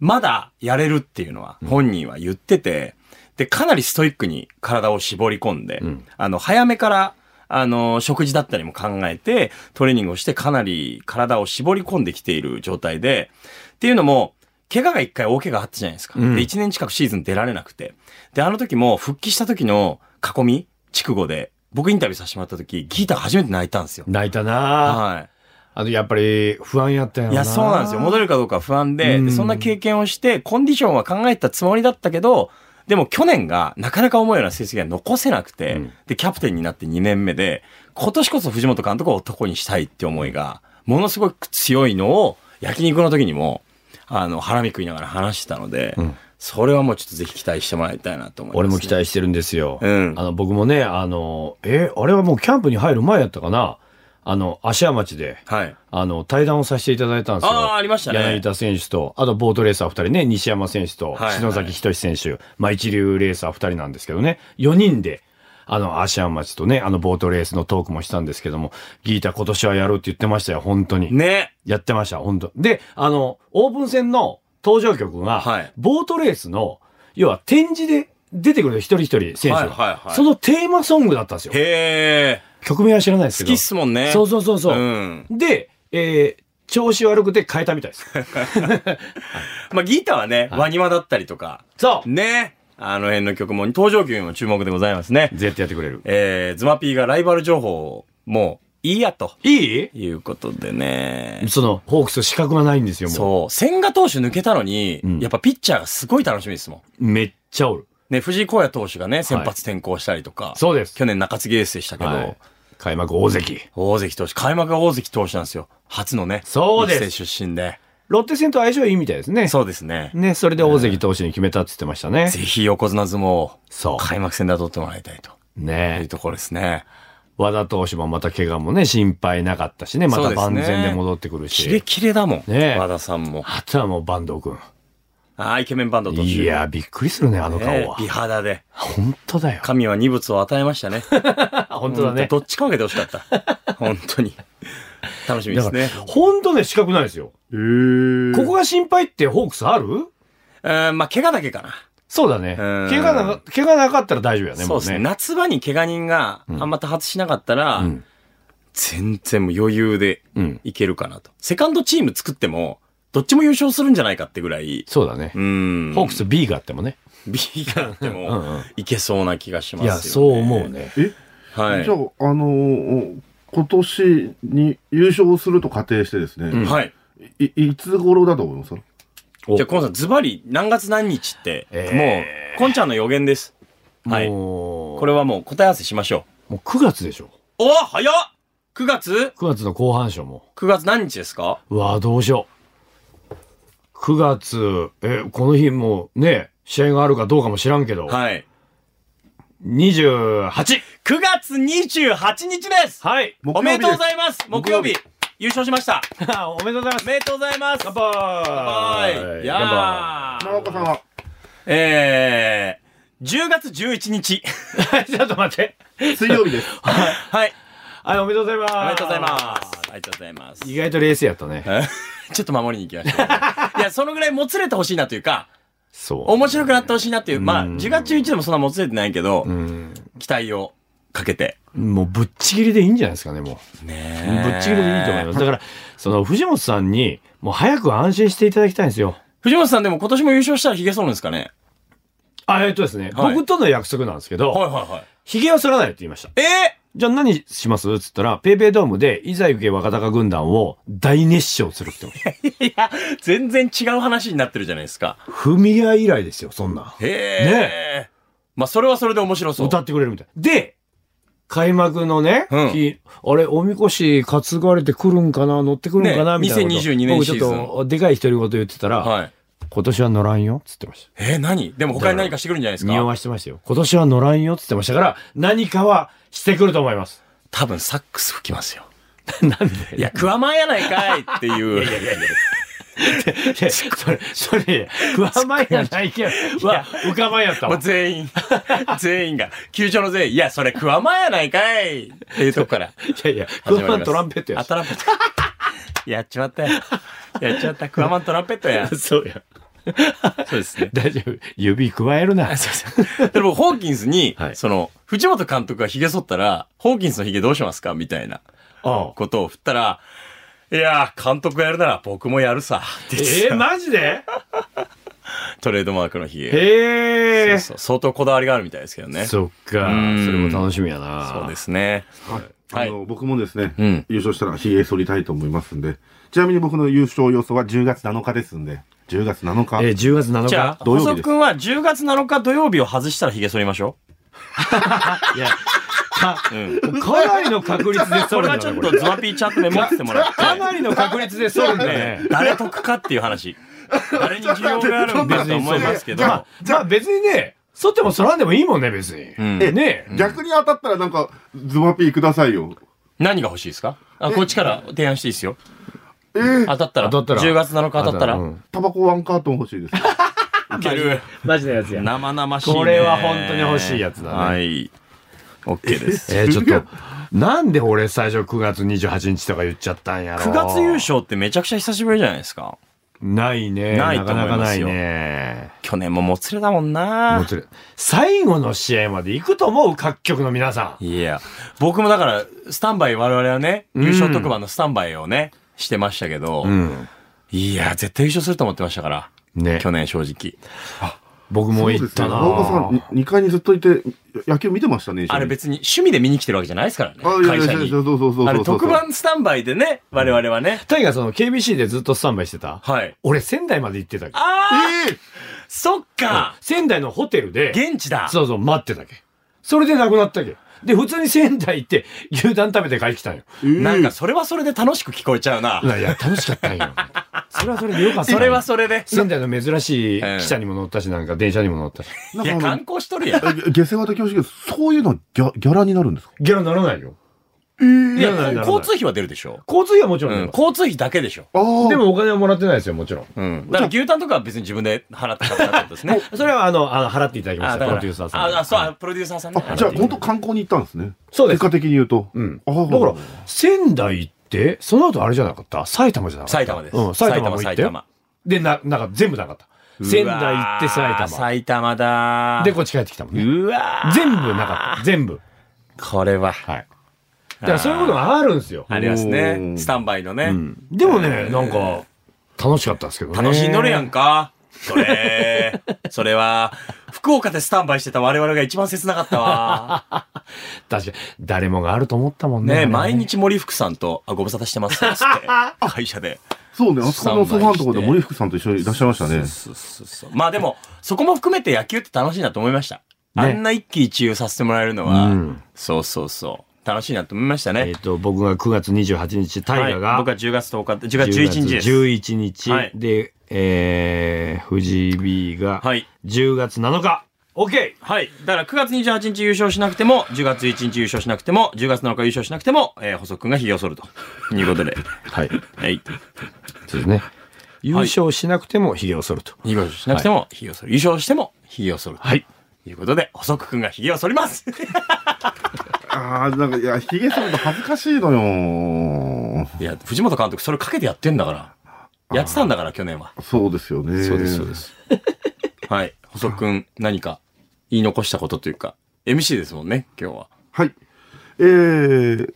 まだやれるっていうのは本人は言ってて、で、かなりストイックに体を絞り込んで、
ん
あの、早めから、あの、食事だったりも考えて、トレーニングをしてかなり体を絞り込んできている状態で、っていうのも、怪我が一回大怪我あったじゃないですか。
うん
で、一年近くシーズン出られなくて。で、あの時も復帰した時の囲み、筑後で、僕インタビューさせてもらった時、ギータが初めて泣いたんですよ。
泣いたなぁ
は
あとやっぱり不安やったよ
い。いや、そうなんですよ。戻れ
る。
るかどうか不安で、
う
で
ん
そんな経験をして、コンディションは考えたつもりだったけど、でも去年がなかなか思うような成績が残せなくて、
うん
で、キャプテンになって2年目で、今年こそ藤本監督を男にしたいって思いが、ものすごく強いのを、焼肉の時にも、あの、ハラミ食いながら話してたので、
ん
それはもうちょっとぜひ期待してもらいたいなと思います、
俺も期。待してるんですよ。
うん
あの、僕もね、あの、え、あれはもうキャンプに入る前やったかな。あの、芦屋町で、
はい。
あの、対談をさせていただいたんですよ。
あーありましたね
柳田選手と、あとボートレーサー2人ね、西山選手と、
はい
篠崎仁選手、まあ一流レーサー2人なんですけどね、4人で、あの、芦屋町とね、あの、ボートレースのトークもしたんですけども、ギータ今年はやろうって言ってましたよ、本当に。
ね。
やってました、本当で、あの、オープン戦の登場曲が、
はい
ボートレースの、要は展示で出てくる一人一人選手が、
はいはいはい
そのテーマソングだったんですよ。
へえ。
曲名は知らないですけ
好き
ど。
っすもんね。
そうそうそうそう。
うん
で、えー調子悪くて変えたみた いです。
まあ、ギターはね、ワニマだったりとか。
そう
ね。あの辺の曲も、登場曲にも注目でございますね。
絶対やってくれる。
えー、ズマピーがライバル情報を、もう、いいや、と
いい
いうことでね。
その、ホークス資格がないんですよ、も
そう。千賀投手抜けたのに、
ん
やっぱピッチャーがすごい楽しみですもん。
う。めっちゃおる。
ね、藤井荒也投手がね、先発転向したりとか。
そうです
去年中継エースでしたけど、
はい開幕大関。
大関投手、開幕が大関投手なんですよ。初のね。
そうです
育成出身で。
ロッテ戦と相性いいみたいですね。
そうですね。
ね、それで大関投手に決めたって言ってましたね
ぜ。ひ横綱相撲を
そう
開幕戦では取ってもらいたいとい
ね
うところですね。
和田投手もまた怪我もね、心配なかったしね、ま
そう
た
です
万
ね
全で戻ってくる
キレ
し。
キレだもん。
ねえ
和田さんも。
あとはもう坂東くん。
ああ、イケメンバンドと
いや、びっくりするね、あの顔は。
美肌で。
本当だよ。
神は二物を与えましたね。
本当だね。
どっちか分けてほしか った。本当に。楽しみで
だ
す
から
ね。、
本当ね、資格ないですよ。ここが心配ってホークスある
うん、まあ、怪我だけかな。
そうだね。
うん
怪我なか、怪我なかったら大丈夫やね、
そ
も
う
う
ですね。
ね。
夏場に怪我人があんま多発しなかったら、
うん
全然もう余裕で
うん
いけるかなと。セカンドチーム作っても、どっちも優勝するんじゃないかってぐらい、
そうだね
う。ん。
ホークス B があってもね。
B があって
う
も
んうん
いけそうな気がします
い
よ、
や、
ね。
そう思う。ね。
は
じゃあ、
い。
あのー今年に優勝すると仮定してですね、
ん
はい。
いいつ頃だと思います
お
じゃあ、コンさん、ズバリ何月何日って、
え
もう、コンちゃんの予言です。はい。
もう、
これはもう答え合わせしましょ
もう9月でしょ。
う。お早っ !9 月
9月の後半章も。
?9 月何日ですか
うわあどうしよう。9月、え、この日もうね、試合があるかどうかも知らんけど、
はい。
28!
9月28日です
はい
おめでとうござ
い
い ます木曜日優勝しました
おめでとうございま す
おめでとうございます
乾
は
杯
いや
乾
長岡さんは、
えー、10月11日。
杯 ちょっと待って。
水曜日です。
はい。
はい、おめでとうございます。
おめでとうございます。ありがとうございます。
意外と冷静やったね。
ちょっと守りに行きました。 いや、そのぐらいもつれてほしいなというか、
そう。
面白くなってほしいなっていう、まあ、
うん
10月11でもそんなもつれてないけど
う、ん。
期待をかけて。
もうぶっちぎりでいいんじゃないですかね、もう。
ね
ぶっちぎりでいいと思い ます。だから、その藤本さんに、もう早く安心していただきたいんですよ。
藤本さんでも今年も優勝したらヒゲ剃るんですかね
あ、えっとですね、
はい
僕との約束なんですけど、
いはいはい。
髭は剃らないって言いました。
ええ
じゃあ何しますっつったら、ペイペイドームで、いざ行け若隆軍団を大熱唱するって言ってました。
いや、全然違う話になってるじゃないですか。
文屋以来ですよ、そんなん。
へえ。え。まあ、それはそれで面白そう。
歌ってくれるみたい。で、開幕のね、
うん
日あれ、おみこし担がれてくるんかな乗ってくるんかな、
ね
みたいなこと。
2022年シーズン
僕ちょっと、でかい独り言言ってたら、
はい。
今年は乗らんよ、つってました。
えー、何でも他に何かしてくるんじゃないです
匂
か
わしてましたよ。今年は乗らんよ、つってましたから、何かはしてくると思い ます。
多分サックス吹き ますよ。
なんで
いや、クワマンやないかいっていう。
いやそれ、そ れ、不安前やないけど、わ、浮かばんやった
も
わ
う。全員、 全員が、球場の全員、いや、それクワマンやないかいっていうとこから
いやいや、
始
不
まります。
安トランペットや
あ、
し
ト。ランペット。やっちまったよ。やっちまった。クワマントランペットや。
そうや。
そうですね。
大丈夫。指加えるな。
でも、ホーキンスに、
はい
その、藤本監督が髭剃ったら、ホーキンスの髭どうしますかみたいな
あ
ことを振ったら、いやー、監督がやるなら僕もやるさ。って言って
え
た
ー、マジで
トレードマークの髭。
へ
そ
え。
うそう相当こだわりがあるみたいですけどね。そう
そっか
うん。
それも楽しみやな。
ですね。
あ
はい
の僕もですね、
うん
優勝したらひげ剃りたいと思いますんで、ちなみに僕の優勝予想は10月7日ですんで、10月7日。
えー、10月7
じゃあ、
日。
土曜日
細
です
くんは10月7日土曜日を外したら髭剃りましょ
いや、か
う。 うん。
かなりの確率で
こ
そ
れ
れ
は
だ
ちょ
ね
っ
ことれ
ズマピーチャットメモっても らっ
か
て、
なりの確率でそれね。
誰得かっていう 話。誰に需要があるんだと思いますけど
ま。あ、まあ別にね、剃っても剃らんでもいいもんね、別に。
ん
ね
逆に当たったらなんか、ズマピーくださいよ。
何が欲しいですかあ、こっちから提案していいですよ。
えー、
当たったら。
当たったら
10月7日当たったら。
う
い
ん
タバコワンカートン欲し いです。
ける。
マジのやつや。
生々しいね。
これは本当に欲しいやつだね
はい。OK です。
えー、ちょっと、なんで俺最初9月28日とか言っちゃったんやろ。
9月優勝ってめちゃくちゃ久しぶりじゃないですか。
ないね。
ない
な
と
か
思い
なか
ま
な
す
い
よ
ね。
去年ももつれだもん
も
な
つれ最後の試合まで行くと思う各局の皆さん。
いや、僕もだから、スタンバイ、我々はね、優勝特番のスタンバイをね、してましたけど、
うん。
いや、絶対優勝すると思ってましたから、
ね。
去年正直。
僕も行ったな
そうですねラオウさん、2階にずっといて、野球見てましたね、一緒に
あれ別に趣味で見に来てるわけじゃないですからね、
あいやい
会
や
社
そうそうそうそうそう
に。あれ特番スタンバイでね、我々はね、
タイガーその KBC でずっとスタンバイしてた
はい。
俺仙台まで行ってたけど
あー、
ええ
そっか、
仙台のホテルで、
現地だ。
そうそう、待ってたけ。それで亡くなったけ。で、普通に仙台行って牛タン食べて帰ってきたんよ。
なんかそれはそれで楽しく聞こえちゃうな。
いや、いや楽しかったん よ。それはそれでよかったんよ。
それはそれで。
仙台の珍しい汽車にも乗ったし、なんか電車にも乗ったし。
ない
や、
んかあ
観
の
光しとるやん。
え下世話的恐縮ですそういうのギャギャラになるんですか
ギャラならないよ。
いや
ならないならない
交通費は出るでしょ。
交通費はもちろん
う
出
ん、
る。
交通費だけでしょ。
ああ。
で、もお金はもらってないですよ、もちろん。
うん。だから牛タンとかは別に自分で払って買ったってことです ね。
それはあの、あの払っていただきました、
だ
プ
から
ロデューサーさんに。
あ、あそう、あプロデューサーさんね。
あ、じゃあ本当観光に行ったんですね。
そうです
結果的に言うと。
うん。
あ
だ
あ。
から、仙台行って、その後あれじゃなかった埼玉じゃなかった
埼玉です。
うん、埼玉も行って
埼玉。
で、な、なんか全部なかった。仙台行って
うわー
埼玉。
埼玉だー。
で、こっち帰ってきたもんね。
うわー
全部なかった。全部。
これは。
はい。だからそういうことがあるんですよ。
あります
う
ね。
ん
スタンバイのね。
でもね、なんか、楽しかったですけどね。
楽しんどるやんか。それ、 それは、福岡でスタンバイしてた我々が一番切なかった わ。
確かに、誰もがあると思ったもんね。あ
ね
れね
毎。日森福さんと、あ、ご無沙汰してます。 つって、会社で。
そうね、あそこのソファーのところ
スタンバイして
で森福さんと一緒にいらっしゃいましたね。
そうそうそうまあでも、そこも含めて野球って楽しいなと思いました。あんな一喜一憂させてもらえるのは、
うん
そうそうそう。楽しいなと思いました
え
ね
っ。と、僕が9月28日、大河
はい、
が
僕は、10月10日、10月11日です。
11日
はい
で、えー、藤井 B が、
はい
10月7日。OK!
はい。だから9月28日優勝しなくても、10月1日優勝しなくても、10月7日優勝しなくても、えー、細くんが髭を剃ると。いうこと で。
はい。
はい。
そうですね。優勝しなくても髭を剃ると。
優勝しなくても髭を剃る。優勝しても髭を剃る。
はい。
ということで、細くんが髭を剃ります
ああ、なんか、いや、ヒゲ剃るの恥ずかしいのよ。
いや、藤本監督それかけてやってんだから。やってたんだから、去年は。
そうですよね。
そうです、そうで。 す。はい。細くん、何か言い残したことというか、MC ですもんね、今日は。
はい。えー、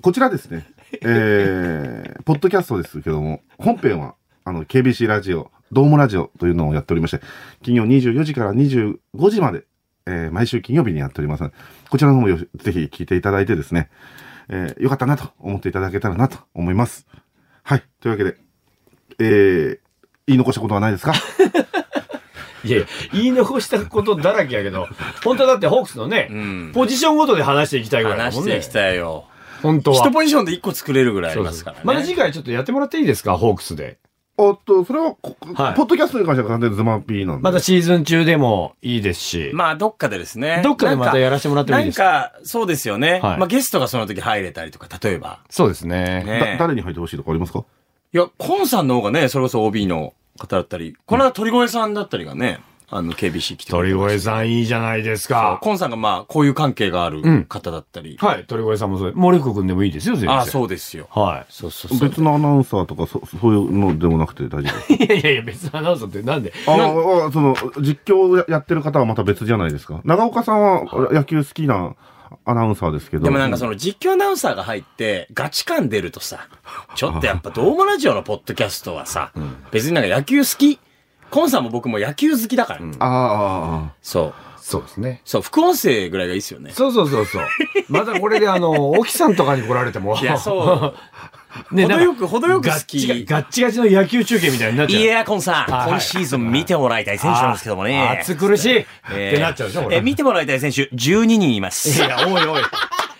こちらですね。え ー、ポッドキャストですけども、本編は、あの、KBC ラジオ、ドームラジオというのをやっておりまして、金曜24時から25時まで、えー毎週金曜日にやっておりますので、こちらの方もよぜひ聞いていただいてですね、えーよかったなと思っていただけたらなと思います。はい。というわけで、えー、言い残したことはな いですか
いやいや、言い残したことだらけやけど、本当はだってホークスのね、
ん
ポジションごとで話していきたいぐらいだ
話
も
し
んね。
ていきたいよ。
本当は。
一ポジションで一個作れるぐらいあり
そう
ま
ですす
か
からら、
ね。
また次回ちょっとやってもらっていいですかホークスで。
おっと、それはこ、
はい
ポッドキャストに関しては完全にズマピーなんで。
またシーズン中でもいいですし。
まあ、どっかでですね。
どっかでまたやらせてもらってもいいですか
なんか、そうですよね。
はい
まあ、ゲストがその時入れたりとか、例えば。
そうですね。
だ
ね
誰に入ってほしいとかありますか
いや、コンさんの方がね、それこそ OB の方だったり、この間鳥越さんだったりがね、あの、KBC 来てくれ
鳥
てました
越さんいいじゃないですか。
コンさんがまあ、こういう関係がある
ん
方だったり。
はい、鳥越さんもそう。森久君でもいいですよ、全然。
ああ、そうですよ。
は
そうそうそう。
別のアナウンサーとかそそういうのでもなくて大丈
い。
夫
いやいやいや、別のアナウンサーってなんで
あのあその実況をややってる方はまた別じゃないですか長岡さんは野球好きなアナウンサーですけど
でもなんかその実況アナウンサーが入ってガチ感出るとさ、ちょっとやっぱドームラジオのポッドキャストはさ、別になんか野球好きコンさんも僕も野球好きだから。
ああ
そう。
そうですね。
そう、副音声ぐらいがいいですよね。
そうそうそうそう。またこれであの、沖さんとかに来られても。
いや、そう。
う。 ね、
程よく
なんか
程よく
ガ
好
ッ
き
チガガッチガチの野球中継みたいになっちゃう。
いや、コンさん、
はい
今シーズン見てもらいたい選手なんですけども
あ
ね。
ー暑苦しい。っ
えー
てなっちゃうでしょ、これ
えー見てもらいたい選手12人いま
い
す。
や、おいおい。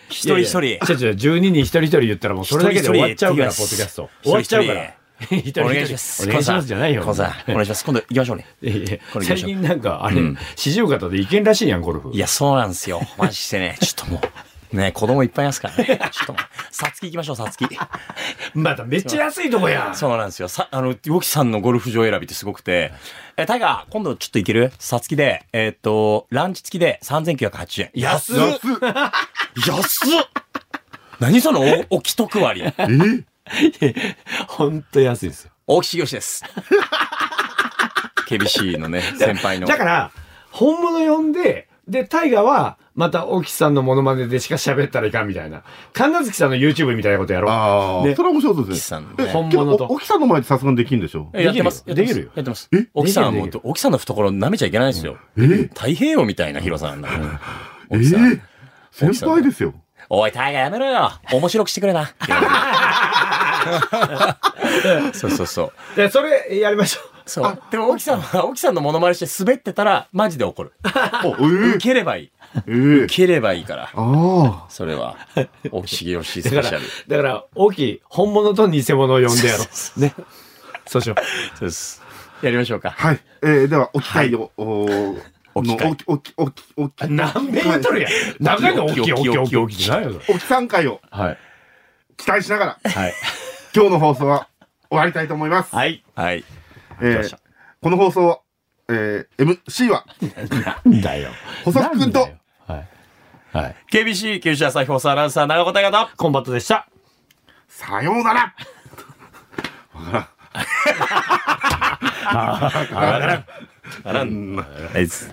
一人一人。
ちょちょ、12人一人一人言ったらもうそれだけで終わっちゃうから、
一
ポ
人一
ッドキ
人
ャスト。終わっちゃうから。一人一人
お願いします。
お願いしますじゃないよ。
コンさん、お願いします。今度行きましょうね。
いやい
こ
や
れ行きま
最
しょう
近なんか、あ
う
れ
ん、
四十肩でいけんらしいやん、ゴルフ。
いや、そうなんですよ。マジでね、ちょっともう、ね子供いっぱいいますからね。ちょっと、さつき行きましょう、さつき。
まだめっちゃ安いとこやん。
そうなんですよ。さ、あの、ヨキさんのゴルフ場選びってすごくて、え、タイガー、今度ちょっと行けるさつきで、えーっと、ランチ付きで3980円。
安っ
安っ何その、お、おきとく割り。
え
ほんと安いですよ。
大木し です。KBC のね、先輩の。
だから、本物呼んで、で、タイガは、また、沖さんのモノマネでしか喋ったらいかんみたいな。神奈月さんの YouTube みたいなことやろう。
ああ、
ね
それは面白そうで
沖
す
さ
ね。
ん
え
ね。
本物と
けどお沖さんの前でさすがにできんでしょ
えやってます。
できるよ
やってます
できるよ
やってます。沖さんは
でき
も
る
う
できる、
沖さんの懐舐めちゃいけないですよ。
え
太平洋みたいな広さなんだから。
え
沖さん
え先輩ですよ。
おい、タイガーやめろよ。面白くしてくれ な。そうそうそう。
で、それ、やりましょ う。
そう。でも、沖さんは、沖さんのモノマネして滑ってたら、マジで怒る。
おえ
受ければいい。
えええ
受ければいいから。
ああ。
それ は、沖茂吉スペ
だか
シャ
ら
ル。、
だから、大きい、本物と偽物を呼んでやろう。ね。 そうしよ
そうです。やりましょうか。
はい。えー、では、お機会を、おー
お機会
のおき、おき、おき、
う。何べん言っとるやん。中の大きい、大きい、大きい、大きい。何やそれ
おきさん会を
はい。
期待しながら、
はい。
今日の放送は終わりたいと思います。
はい。
はい。
えーこの放送は、えー、MC は、
なんだよ。
細木くんと
なんだよ。はい。はい。
KBC 九州朝日放送アナウンサー長子大和と
コンバットでした。
さようなら
あらん。あらん。あいつ。